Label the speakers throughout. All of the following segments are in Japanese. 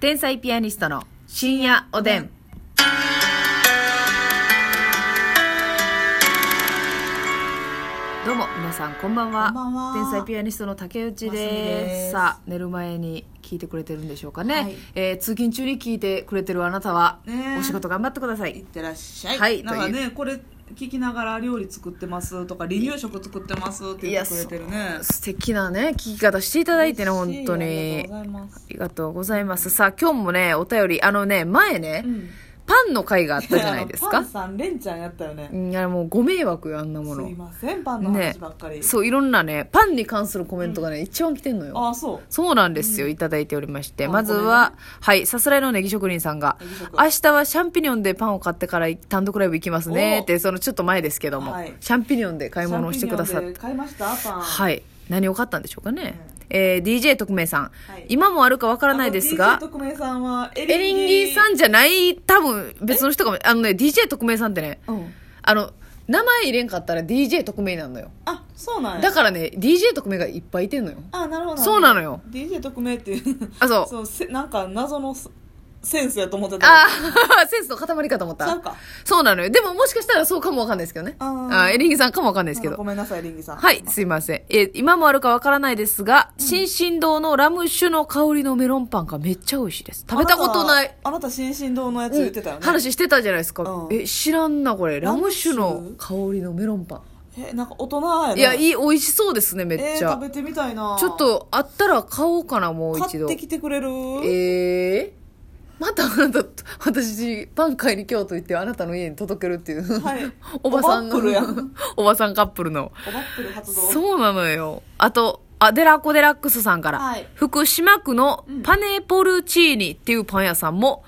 Speaker 1: 天才ピアニストの深夜おでん。どうも皆さんこんばんは
Speaker 2: こんばんは
Speaker 1: 天才ピアニストの竹内です
Speaker 2: ますみです
Speaker 1: さあ寝る前に聞いてくれてるんでしょうかね、
Speaker 2: はい
Speaker 1: えー通勤中に聞いてくれてるあなたは、
Speaker 2: ねえ
Speaker 1: お仕事頑張ってくださ
Speaker 2: いっ
Speaker 1: い
Speaker 2: てらっしゃい、
Speaker 1: はい
Speaker 2: なんかねこれ聞きながら料理作ってますとか離乳食作ってますって言ってくれてるね
Speaker 1: 素敵なね聞き方していただいてね本当
Speaker 2: 嬉しいあ
Speaker 1: に
Speaker 2: りがとうございます
Speaker 1: ありがとうございますさあ今日もねお便りあのね前ね、
Speaker 2: うん
Speaker 1: パンの回があったじゃないです
Speaker 2: あのパ
Speaker 1: か
Speaker 2: ンさんレンちゃんやったよね
Speaker 1: うんいやもうご迷惑よあんなも
Speaker 2: す
Speaker 1: の
Speaker 2: いませんパンの話ばっかり、
Speaker 1: そういろんなねパンに関するコメントがね、一番来てんのよ
Speaker 2: ああそう
Speaker 1: そうなんですよ、いただいておりまして
Speaker 2: あ
Speaker 1: まずは、はいさすらいのネギ職人さんが
Speaker 2: ネギ
Speaker 1: 「
Speaker 2: 職
Speaker 1: 明日はシャンピニオンでパンを買ってから単独ライブ行きますね」
Speaker 2: お
Speaker 1: ってそのちょっと前ですけども、
Speaker 2: はい
Speaker 1: シャンピニオンで買い物をしてくださっ
Speaker 2: シャンピニオンで買いましたパン
Speaker 1: はい何を買ったんでしょうかね、えー DJ 特命さん、
Speaker 2: はい
Speaker 1: 今もあるかわからないですが
Speaker 2: あと DJ 特命さんはエ
Speaker 1: エリンギさ
Speaker 2: ん
Speaker 1: んじゃない多分別の人かもあのね DJ 特命さんってね
Speaker 2: うん
Speaker 1: あの名前入れんかったら DJ 特命なんのよ
Speaker 2: あそうなんや
Speaker 1: だからね DJ 特命がいっぱいいてんのよ
Speaker 2: あなるほど
Speaker 1: そうなのよ
Speaker 2: DJ 特命っていう
Speaker 1: あそう
Speaker 2: そうせなんか謎のセセンスやと思ってた
Speaker 1: ああ センスの塊かと思っ
Speaker 2: ちゃう
Speaker 1: た
Speaker 2: か
Speaker 1: そうなのよでももしかしたらそうかもわかんないですけどね
Speaker 2: あ
Speaker 1: あ
Speaker 2: ー
Speaker 1: ーエリンギさんかもわかんないですけ
Speaker 2: うん
Speaker 1: ど
Speaker 2: ごめんなさいリンギさん
Speaker 1: はいすいません、えー今もあるかわからないですが、新進堂のラム酒の香りのメロンパンがめっちゃ美味しいです食べたことない
Speaker 2: あなたあなた新進堂のやつ言ってたよ
Speaker 1: う
Speaker 2: ね
Speaker 1: ん、話してたじゃないですか、
Speaker 2: うん
Speaker 1: え知らんなこれラム酒
Speaker 2: ラ
Speaker 1: の
Speaker 2: ム
Speaker 1: 香りのメロンパン
Speaker 2: えなんか大人やない
Speaker 1: やいい美味しそうですねめっ
Speaker 2: えー
Speaker 1: ちゃ
Speaker 2: 食、べてみたいな
Speaker 1: ちょっとあったら買おうかなもう一
Speaker 2: 買っ
Speaker 1: 度
Speaker 2: てきてくれる
Speaker 1: ええまたあなた私パン買いに京都行ってあなたの家に届けるっていう、
Speaker 2: はい
Speaker 1: おばさんの
Speaker 2: おばっぷるやん
Speaker 1: おばさんカップルの
Speaker 2: おばっぷる発動
Speaker 1: そうなのよあとあデラコデラックスさんから、
Speaker 2: はい
Speaker 1: 福島区のパネポルチーニっていうパン屋さんも、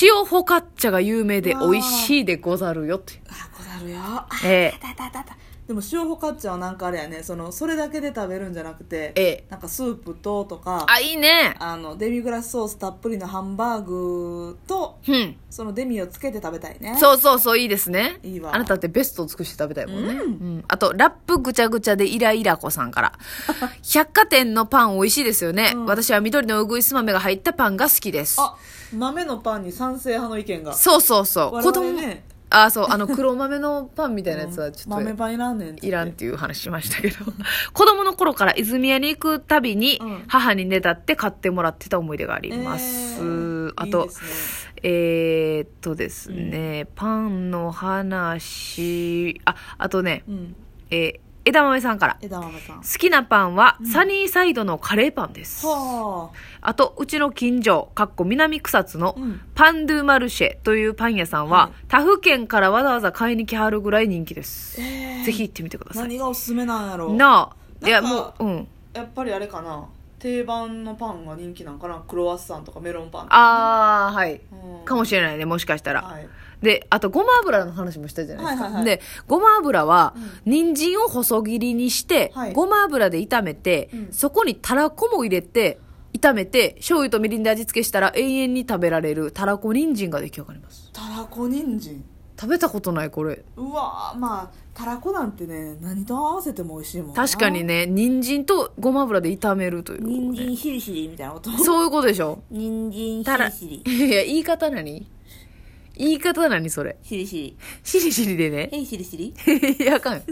Speaker 1: 塩ホカッチャが有名で美味しいでござるよって
Speaker 2: あこだるよあ
Speaker 1: ええ
Speaker 2: たたたたでも塩ホカッチャはなんかあれやねそのそれだけで食べるんじゃなくて、
Speaker 1: ええ
Speaker 2: なんかスープととか
Speaker 1: あいいね
Speaker 2: あのデミグラスソースたっぷりのハンバーグと
Speaker 1: うん
Speaker 2: そのデミをつけて食べたいね
Speaker 1: そうそうそういいですね
Speaker 2: いいわ
Speaker 1: あなたってベストを尽くして食べたいもんね、うんあとラップぐちゃぐちゃでイライラ子さんから 百貨店のパン美味しいですよね、私は緑のうぐいす豆が入ったパンが好きです
Speaker 2: あ豆のパンに賛成派の意見が
Speaker 1: そうそうそう
Speaker 2: 我
Speaker 1: 子
Speaker 2: 々
Speaker 1: 供
Speaker 2: ね
Speaker 1: あそうあの黒豆のパンみたいなやつはちょっと、
Speaker 2: 豆パンいらんねんって
Speaker 1: いらんっていう話しましたけど 子供の頃から泉屋に行くたびに
Speaker 2: うん
Speaker 1: 母にねだって買ってもらってた思い出があります、
Speaker 2: えー
Speaker 1: あ
Speaker 2: いい
Speaker 1: と
Speaker 2: ですね
Speaker 1: えーっとですね、パンの話ああとね、
Speaker 2: うん、
Speaker 1: えー枝豆さんから
Speaker 2: 枝豆さん。
Speaker 1: 好きなパンはサニーサイドのカレーパンです、
Speaker 2: は
Speaker 1: あとうちの近所かっこ南草津の
Speaker 2: うん
Speaker 1: パンドゥマルシェというパン屋さんは、
Speaker 2: はい
Speaker 1: 他府県からわざわざ買いに来はるぐらい人気です、
Speaker 2: あ。えー
Speaker 1: ぜひ行ってみてください
Speaker 2: 何がおすすめなんやろ
Speaker 1: なあいや
Speaker 2: なん
Speaker 1: も
Speaker 2: か
Speaker 1: ううん
Speaker 2: やっぱりあれかな。定番のパンが人気なんかな。クロワッサンとかメロンパン。
Speaker 1: ああはい
Speaker 2: うん
Speaker 1: かもしれないねもしかしたら、
Speaker 2: はい。
Speaker 1: であとごま油の話もしたじゃないですか、
Speaker 2: はいはいはい
Speaker 1: でごま油は
Speaker 2: う
Speaker 1: 人参を細切りにして、
Speaker 2: はい
Speaker 1: ごま油で炒めて、
Speaker 2: うん
Speaker 1: そこにたらこも入れて炒めて醤油とみりんで味付けしたら永遠に食べられるたらこ人参が出来上がります
Speaker 2: たらこ人参。
Speaker 1: 食べたことないこれ
Speaker 2: うわーまあ、たらこなんてね、何と合わせても美味しいもんな。
Speaker 1: 確かに。ね人参とごま油で炒めるという、
Speaker 2: 人参ヒリヒリみたいな 音。
Speaker 1: そういうことでしょ
Speaker 2: 人
Speaker 1: たら
Speaker 2: 参
Speaker 1: い
Speaker 2: ヒリヒリ。
Speaker 1: や言い方何言い方何それ
Speaker 2: ヒリヒリ。
Speaker 1: シリシリでね
Speaker 2: えいヒリヒリ
Speaker 1: いやあかん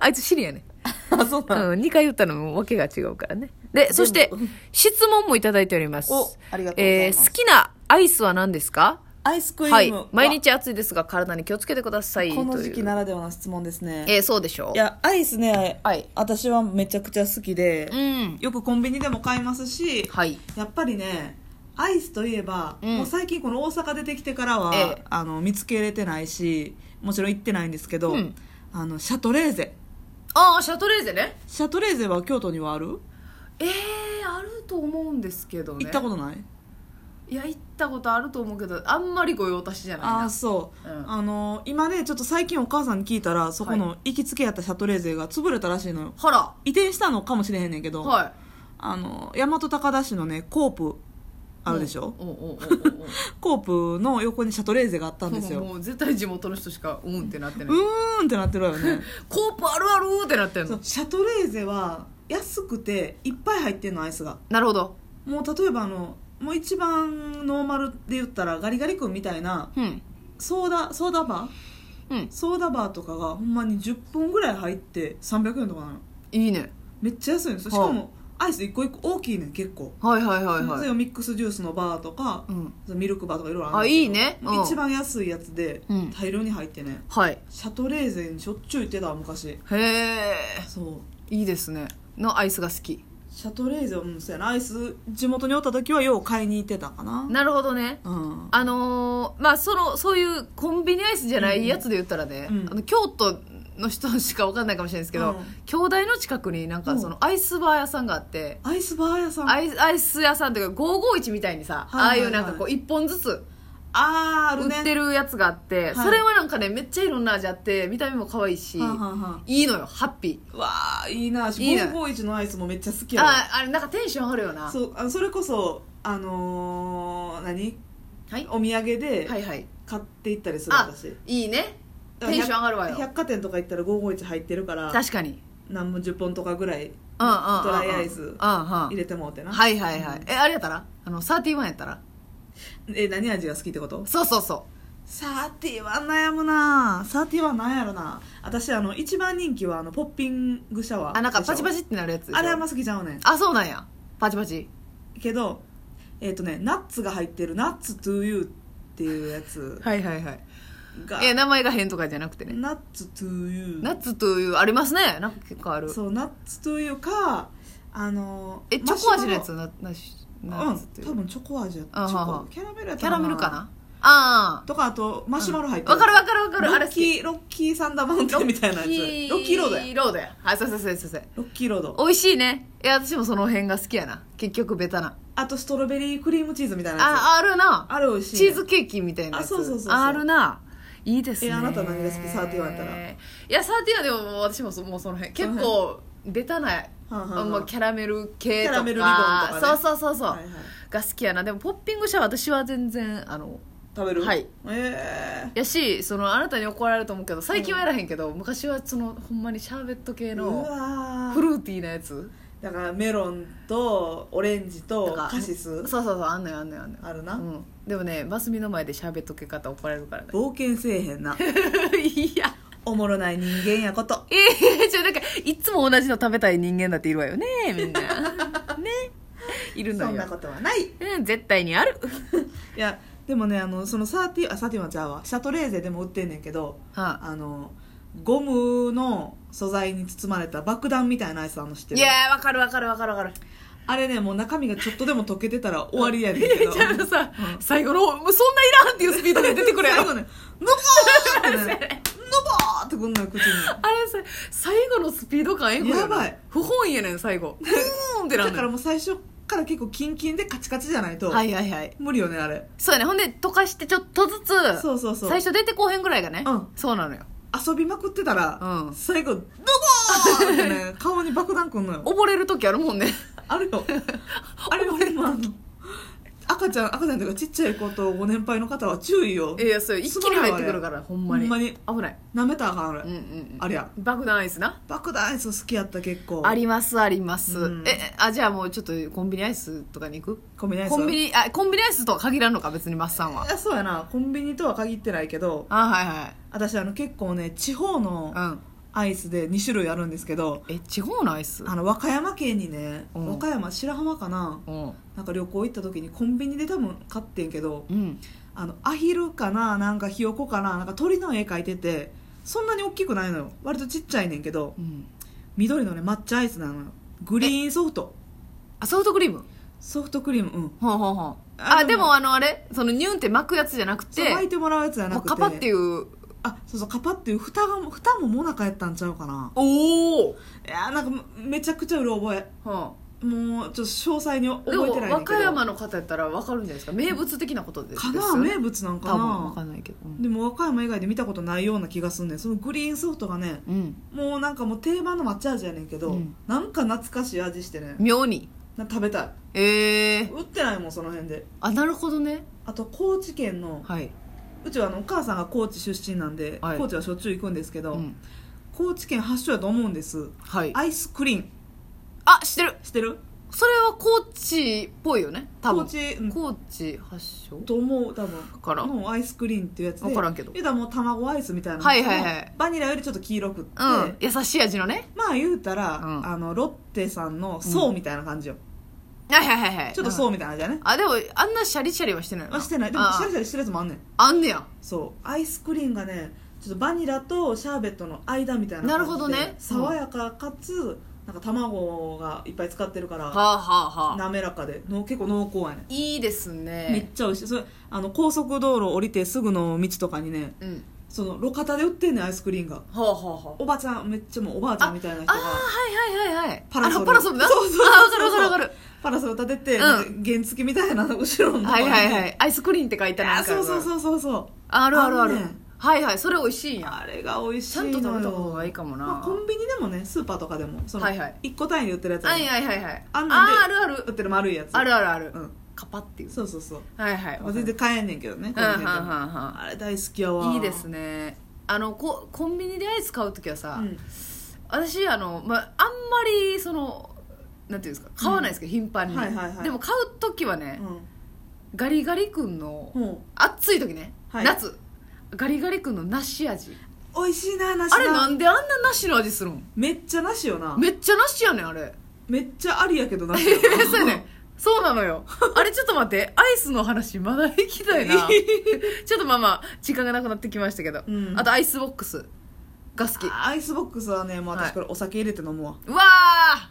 Speaker 1: あいつシリやね
Speaker 2: あ、そうなの。
Speaker 1: うん、2回言ったのも訳が違うからね。で、そして
Speaker 2: うん、
Speaker 1: 質問もいただいております。
Speaker 2: おありがとうございます
Speaker 1: えー好きなアイスは何ですか
Speaker 2: アイスクリ
Speaker 1: はい
Speaker 2: ーム。。
Speaker 1: 毎日暑いですが、体に気をつけてください。
Speaker 2: この時
Speaker 1: とい
Speaker 2: 期
Speaker 1: う
Speaker 2: ならではの質問ですね。
Speaker 1: えーそうでしょ
Speaker 2: いや、アイスね、
Speaker 1: はい
Speaker 2: 私はめちゃくちゃ好きで、
Speaker 1: うん。
Speaker 2: よくコンビニでも買いますし、
Speaker 1: はい。
Speaker 2: やっぱりねアイスといえば、
Speaker 1: うん
Speaker 2: もう最近この大阪出てきてからは、
Speaker 1: ええ
Speaker 2: あの見つけれてないしもちろん行ってないんですけど、
Speaker 1: うん
Speaker 2: あのシャトレーゼ
Speaker 1: ああ、シャトレーゼね。
Speaker 2: シャトレーゼは京都にはある、
Speaker 1: えー、あると思うんですけどね。。
Speaker 2: 行ったこととない
Speaker 1: いや、行ったことあると思うけど、あんまりご用達じゃない
Speaker 2: あ
Speaker 1: な
Speaker 2: あ。そう、
Speaker 1: うん
Speaker 2: あの今ねちょっと最近お母さんに聞いたらそこの行きつけやったシャトレーゼが潰れたらしいのよ
Speaker 1: ほら。
Speaker 2: 移転したのかもしれへんねんけど、
Speaker 1: は
Speaker 2: あの大和高田市のねコープ
Speaker 1: い。
Speaker 2: あるでしょ、
Speaker 1: うんうんうんうんうん。
Speaker 2: コープの横にシャトレーゼがあったんですよ
Speaker 1: もう絶対地元の人しか、うんってなって
Speaker 2: う
Speaker 1: ない。
Speaker 2: ーんってなってるわ よね
Speaker 1: コープあるあるーってなってる
Speaker 2: そ
Speaker 1: の
Speaker 2: う。シャトレーゼは安くていっぱい入ってんのアイスが
Speaker 1: なるほど。
Speaker 2: もう例えばあのもう一番ノーマルで言ったらガリガリ君みたいな
Speaker 1: うん。
Speaker 2: ソーダソーダバー
Speaker 1: うん。
Speaker 2: ソーダバーとかがほんまに10本ぐらい入って300円とかなの
Speaker 1: いいね。
Speaker 2: めっちゃ安いんですよし
Speaker 1: はあ
Speaker 2: かもアイス一個一個大きいねん結構
Speaker 1: はいはいはい
Speaker 2: そ
Speaker 1: は
Speaker 2: れ
Speaker 1: い。
Speaker 2: をミックスジュースのバーとか
Speaker 1: うん。
Speaker 2: ミルクバーとかいろいろ
Speaker 1: あ、
Speaker 2: ある
Speaker 1: いいね。うん
Speaker 2: 一。番安いやつで
Speaker 1: うん
Speaker 2: 大量に入ってね
Speaker 1: はい。
Speaker 2: シャトレーゼにしょっちゅう行ってた昔
Speaker 1: へえ。
Speaker 2: そう
Speaker 1: いいですね。のアイスが好き。
Speaker 2: シャトレーゼはうんそうやなアイス地元におった時はよう買いに行ってたかな
Speaker 1: なるほどね。
Speaker 2: うん
Speaker 1: あのーまあそのそういうコンビニアイスじゃないやつで言ったらね、
Speaker 2: うん
Speaker 1: あの京都の人しか分かんないかもしれないですけど、
Speaker 2: うん
Speaker 1: 兄弟の近くになんかそのアイスバー屋さんがあって、
Speaker 2: アイスバー屋さん
Speaker 1: アイスアイス屋さんというか551みたいにさ、
Speaker 2: はいはいはい
Speaker 1: ああいうなんかこう1本ずつ
Speaker 2: あーある
Speaker 1: 売
Speaker 2: ね
Speaker 1: ってるやつがあって、
Speaker 2: い
Speaker 1: それはなんかねめっちゃいろんな味あって見た目も可愛いし、
Speaker 2: はんはんはん
Speaker 1: いいのよハッピー
Speaker 2: わあいいなし
Speaker 1: いいね
Speaker 2: 551のアイスもめっちゃ好きやわ
Speaker 1: ああれなんかテンション上がるよな
Speaker 2: そうあのそれこそあのー何
Speaker 1: はい
Speaker 2: お土産で
Speaker 1: はいはい
Speaker 2: 買っていったりする
Speaker 1: あ
Speaker 2: 私、
Speaker 1: いいねテンション上がるわよ
Speaker 2: 百貨店とか行ったら551入ってるから
Speaker 1: 確かに
Speaker 2: 何も10本とかぐらい
Speaker 1: うんうんうんうん
Speaker 2: ドライアイス
Speaker 1: うんうん
Speaker 2: 入れてもうてな、
Speaker 1: はいはいはいえあれやったらあの31やったら
Speaker 2: え何味が好きってこと
Speaker 1: そうそうそ
Speaker 2: サーティワン悩むなサーティワンなんやろな私あの一番人気はあのポッピングシャ
Speaker 1: う
Speaker 2: ワー
Speaker 1: あなんかパチパ
Speaker 2: チ
Speaker 1: チってなるやつでしょ
Speaker 2: あれはあんま好きちゃうねん
Speaker 1: あそうなんやパチパチ
Speaker 2: けどえっ、とねナッツが入ってるナッツトゥーユーっていうやつ
Speaker 1: はいはいはい
Speaker 2: が
Speaker 1: え名前が変とかじゃなくてね
Speaker 2: ナッツトゥーユー
Speaker 1: ナッツというありますねなんか結構ある
Speaker 2: そうナッツというかあの
Speaker 1: えチョコ味のやつななしナ
Speaker 2: マ
Speaker 1: ッ
Speaker 2: シ
Speaker 1: ツと
Speaker 2: ュ
Speaker 1: いうん
Speaker 2: マロう多分チョコ味やチ
Speaker 1: あはは
Speaker 2: ョコキャラメルやった
Speaker 1: キャラメルかなああ
Speaker 2: とかあとマシュマロ入って
Speaker 1: わかるわかるわかるあれ
Speaker 2: ロッキーロッキーサンダーマウンテンみたいなやつロッキーロードや
Speaker 1: やロードやはいそうそうそうそうそう
Speaker 2: ロッキーロード
Speaker 1: 美味しいねいや私もその辺が好きやな結局ベタな
Speaker 2: あとストロベリークリームチーズみたいなやつあ
Speaker 1: ああるな
Speaker 2: れ美味しいね
Speaker 1: チーズケーキみたいなやつ
Speaker 2: あそうそうそうそう
Speaker 1: あるないいですね
Speaker 2: えあなた何が好きサーティワンやったら
Speaker 1: いやサーティワンでももう私もそもうその辺結構ベタな
Speaker 2: はんはんはん
Speaker 1: もうキャラメル系とか
Speaker 2: キャラメルリボンとかね
Speaker 1: そうそうそうそう、
Speaker 2: はいはい
Speaker 1: が好きやなでもポッピングシャワー私は全然あの
Speaker 2: 食べる
Speaker 1: はい
Speaker 2: え
Speaker 1: やしそのあなたに怒られると思うけど最近はやらへんけど、昔はそのほんまにシャーベット系
Speaker 2: えう
Speaker 1: の
Speaker 2: わ
Speaker 1: フルーティーなやつ
Speaker 2: だからメロンとオレンジ
Speaker 1: と
Speaker 2: と
Speaker 1: か
Speaker 2: カシス
Speaker 1: そうそうそうあんのよあんのよあんのよ
Speaker 2: あるな、
Speaker 1: うん、でもねバスミの前でシャーベット系方怒られるからね
Speaker 2: 冒険せえへん ない
Speaker 1: や
Speaker 2: おもろない人間やこと
Speaker 1: ええじゃなんかいつも同じの食べたい人間だっているわよねみ んなねいる
Speaker 2: そ
Speaker 1: の
Speaker 2: ん
Speaker 1: よ
Speaker 2: なことはない
Speaker 1: うん絶対にある
Speaker 2: いやでもねあのそのサーティあサーティワンちゃうわシャトレーゼでも売ってんねんけど
Speaker 1: は
Speaker 2: あのゴムの素材に包まれた爆弾みたいなアイスあの知って
Speaker 1: い
Speaker 2: る
Speaker 1: いやーわかるわかるわかるわかる
Speaker 2: あれねもう中身がちょっとでも溶けてたら終わりやねん けど
Speaker 1: じゃああのさ、最後の方もうそんないらんっていうスピードで出てくるや
Speaker 2: 最
Speaker 1: ろ
Speaker 2: 後ねのぼーってねのぼーってくんのよ口に
Speaker 1: あれさ最後のスピード感えぐよな
Speaker 2: やばい
Speaker 1: 不本意やねん最後うーんってな
Speaker 2: だ
Speaker 1: んの
Speaker 2: から
Speaker 1: よ
Speaker 2: もう最初から結構キンキンでカチカチじゃないと、
Speaker 1: はいはいはい
Speaker 2: 無理よねあれ
Speaker 1: そうやねほんで溶かしてちょっとずつ
Speaker 2: そうそうそう
Speaker 1: 最初出てこうへんぐらいがね、
Speaker 2: うん
Speaker 1: そうなのよ
Speaker 2: 遊びまくってたら、
Speaker 1: うん
Speaker 2: 最後ドボーってね 顔に爆弾くんのよ
Speaker 1: 溺れる時あるもん ね
Speaker 2: あるよ。あれよ、ほんまあの。赤ちゃん、赤ちゃんというかちっちゃい子とご年配の方は注意よ
Speaker 1: い。やそう 一気に入ってくるからほんまに
Speaker 2: ほんまに
Speaker 1: 危ない
Speaker 2: 舐めたらあかん、あれ。
Speaker 1: うんうんうん
Speaker 2: あれや。
Speaker 1: 爆弾アイスな
Speaker 2: 爆弾アイス好きやった、結構。
Speaker 1: ありますあります、
Speaker 2: うん
Speaker 1: ええあじゃあもうちょっとコンビニアイスとかに行く
Speaker 2: コンビニアイス
Speaker 1: コンビニあコンビニアイスとは限らんのか別にマッサンはい
Speaker 2: やそうやな。コンビニとは限ってないけど、
Speaker 1: あはいはい
Speaker 2: 私、あの、結構ね、地方の
Speaker 1: うん
Speaker 2: アイスで2種類あるんですけど、
Speaker 1: え地方のアイス
Speaker 2: あの、和歌山県にね、
Speaker 1: うん
Speaker 2: 和歌山、白浜かな。
Speaker 1: うん
Speaker 2: なんか旅行行った時にコンビニで多分買ってんけど、
Speaker 1: うん
Speaker 2: あのアヒルかななんかひよこかななんか鳥の絵描いててそんなに大きくないのよ割とちっちゃいねんけど
Speaker 1: うん
Speaker 2: 緑のね抹茶アイスなのよグリーンソフト
Speaker 1: あソフトクリーム
Speaker 2: ソフトクリームうん
Speaker 1: ほうほうほう
Speaker 2: あ
Speaker 1: あ
Speaker 2: で
Speaker 1: で
Speaker 2: も
Speaker 1: もあのあれそのニュンって巻くやつじゃなく
Speaker 2: そ
Speaker 1: て
Speaker 2: う巻いてもらうやつじゃ
Speaker 1: も
Speaker 2: な
Speaker 1: う
Speaker 2: くて
Speaker 1: カパっていう
Speaker 2: あそうそうカパっていう蓋が蓋ももなかやったんちゃうかな
Speaker 1: おお、
Speaker 2: いやーなんかもうめちゃくちゃうる覚え
Speaker 1: は
Speaker 2: もうちょっと詳細に覚
Speaker 1: あ、
Speaker 2: え
Speaker 1: でも
Speaker 2: てないねん
Speaker 1: 和
Speaker 2: け
Speaker 1: 歌
Speaker 2: ど
Speaker 1: 山の方やったら分かるんじゃないですか名物的なことです
Speaker 2: か
Speaker 1: です
Speaker 2: な
Speaker 1: よね
Speaker 2: 名物なんか
Speaker 1: 多分分か
Speaker 2: なん
Speaker 1: ないけどうん
Speaker 2: でも和歌山以外で見たことないような気がすんねんそのグリーンソフトがね
Speaker 1: うん
Speaker 2: もうなんかもう定番の抹茶味やねんけど、
Speaker 1: うん
Speaker 2: なんか懐かしい味してね
Speaker 1: 妙に
Speaker 2: な食べたい
Speaker 1: ええ
Speaker 2: 売ってないもんその辺で
Speaker 1: あなるほどね
Speaker 2: あと高知県の
Speaker 1: はいう
Speaker 2: ちはあのお母さんが高知出身なんで、
Speaker 1: はい
Speaker 2: 高知はしょっちゅう行くんですけど、
Speaker 1: うん
Speaker 2: 高知県発祥やと思うんです
Speaker 1: はい
Speaker 2: アイスクリーン
Speaker 1: あ知ってる
Speaker 2: してる
Speaker 1: それは高知っぽいよね多分
Speaker 2: 高知うん
Speaker 1: 高知発祥
Speaker 2: と思う多分
Speaker 1: からん
Speaker 2: のアイスクリーンっていうやつで
Speaker 1: 分からんけど
Speaker 2: 言うたらもう卵アイスみたいなの
Speaker 1: はいはいはい
Speaker 2: バニラよりちょっと黄色くって、
Speaker 1: うん優しい味のね
Speaker 2: まあ言うたら、
Speaker 1: うん
Speaker 2: あのロッテさんの層みたいな感じよ、
Speaker 1: はいはいはいはい
Speaker 2: ちょっと
Speaker 1: う
Speaker 2: 層
Speaker 1: ん
Speaker 2: みたいな感じだね、
Speaker 1: あでもあんなシャリシャリはしてないよ
Speaker 2: まあ、してないでも
Speaker 1: あー
Speaker 2: シャリシャリしてるやつもあんねん
Speaker 1: あんねや
Speaker 2: そうアイスクリーンがねちょっとバニラとシャーベットの間みたいな感じで
Speaker 1: なるほどね
Speaker 2: 爽やかかつなんか卵がいっぱい使ってるか
Speaker 1: は
Speaker 2: ら
Speaker 1: あはあはあ
Speaker 2: 滑らかでの結構濃厚やね
Speaker 1: いいです
Speaker 2: んめっ
Speaker 1: ね
Speaker 2: ちゃ美味しいそれあの高速道路降りてすぐの道とかにね
Speaker 1: うん
Speaker 2: その路肩で売ってんねんアイスクリーンが
Speaker 1: はあはあはあ
Speaker 2: おばちゃんめっちゃもうおばあちゃんみたいな人
Speaker 1: あ
Speaker 2: が
Speaker 1: ーはいはいはいはい
Speaker 2: パラソル
Speaker 1: あのパラソルな
Speaker 2: そうそうそう
Speaker 1: あーわかるわかるわかる
Speaker 2: パラソル立
Speaker 1: う
Speaker 2: てて、
Speaker 1: ん
Speaker 2: なんか原付みたいな後ろのとこ
Speaker 1: は
Speaker 2: ろ
Speaker 1: い
Speaker 2: に
Speaker 1: はいはいアイスクリーンって書いた
Speaker 2: あ
Speaker 1: な
Speaker 2: ーそうそう
Speaker 1: う
Speaker 2: そうそうそう
Speaker 1: あるあるある
Speaker 2: あんねん
Speaker 1: はいはいそれ美味しいんや
Speaker 2: あれが美味しい
Speaker 1: ちゃんと食べた方がいい
Speaker 2: か
Speaker 1: かも
Speaker 2: まあ、
Speaker 1: な
Speaker 2: コンビニでもねスーパーとかでもその
Speaker 1: はいはい
Speaker 2: 1個単位で売ってるやつあ
Speaker 1: は
Speaker 2: る
Speaker 1: いはいはいはい
Speaker 2: あんなんで
Speaker 1: あーあるあ
Speaker 2: 売っ
Speaker 1: る
Speaker 2: てる丸いやつ
Speaker 1: あるあるある
Speaker 2: うん
Speaker 1: カパっていう
Speaker 2: そうそうそう、
Speaker 1: はいはい
Speaker 2: まあ、全然買えんねんけどね
Speaker 1: うんうんうんうん
Speaker 2: コンビニでもあれ大好きやわ
Speaker 1: いいですねあのこコンビニでアイス買う時はさ、
Speaker 2: うん
Speaker 1: 私あの、まあ、あんまりそのなんていうんですか買わないですけど、頻繁に、
Speaker 2: はいはいはい
Speaker 1: でも買う時はね、ガリガリ君の、
Speaker 2: うんも
Speaker 1: 暑い時ね、
Speaker 2: はい
Speaker 1: 夏ガリガリ君の梨味
Speaker 2: う美味しいな梨
Speaker 1: あれ
Speaker 2: が
Speaker 1: なんであんな梨の味するん
Speaker 2: めっちゃ梨よなめ
Speaker 1: めっちゃ梨やねんあれ
Speaker 2: っちゃありやけど梨
Speaker 1: え
Speaker 2: よ な
Speaker 1: そうやねんそうなの よあれちょっと待ってアイスの話まだ行きたい なちょっとまあまあ時間がなくなってきましたけど、
Speaker 2: うん
Speaker 1: あとアイスボックスが好き
Speaker 2: アイスボックスはねもう
Speaker 1: はい
Speaker 2: 私これお酒入れて飲むわ、
Speaker 1: うわ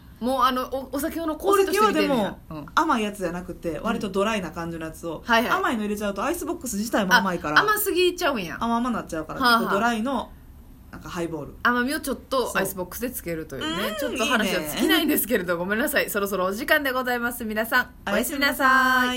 Speaker 1: ーもうあのおお酒用の
Speaker 2: お
Speaker 1: 氷とし
Speaker 2: 酒
Speaker 1: て
Speaker 2: は
Speaker 1: 入れ
Speaker 2: で
Speaker 1: てんねや
Speaker 2: も、甘いやつじゃなくて割とドライな感じのやつを、
Speaker 1: はいはい
Speaker 2: 甘いの入れちゃうとアイスボックス自体
Speaker 1: うん
Speaker 2: も甘いから
Speaker 1: あ甘すぎちゃうんや
Speaker 2: 甘々なっちゃうから、
Speaker 1: はあはあ
Speaker 2: 結構ドライのなんかハイボール
Speaker 1: 甘みをちょっと
Speaker 2: そ
Speaker 1: ア
Speaker 2: う
Speaker 1: イスボックスでつけるという
Speaker 2: う
Speaker 1: ね
Speaker 2: ん
Speaker 1: ちょっと話はい
Speaker 2: いね
Speaker 1: 尽きないんですけれどごめんなさいそろそろお時間でございます皆さんおやすみなさい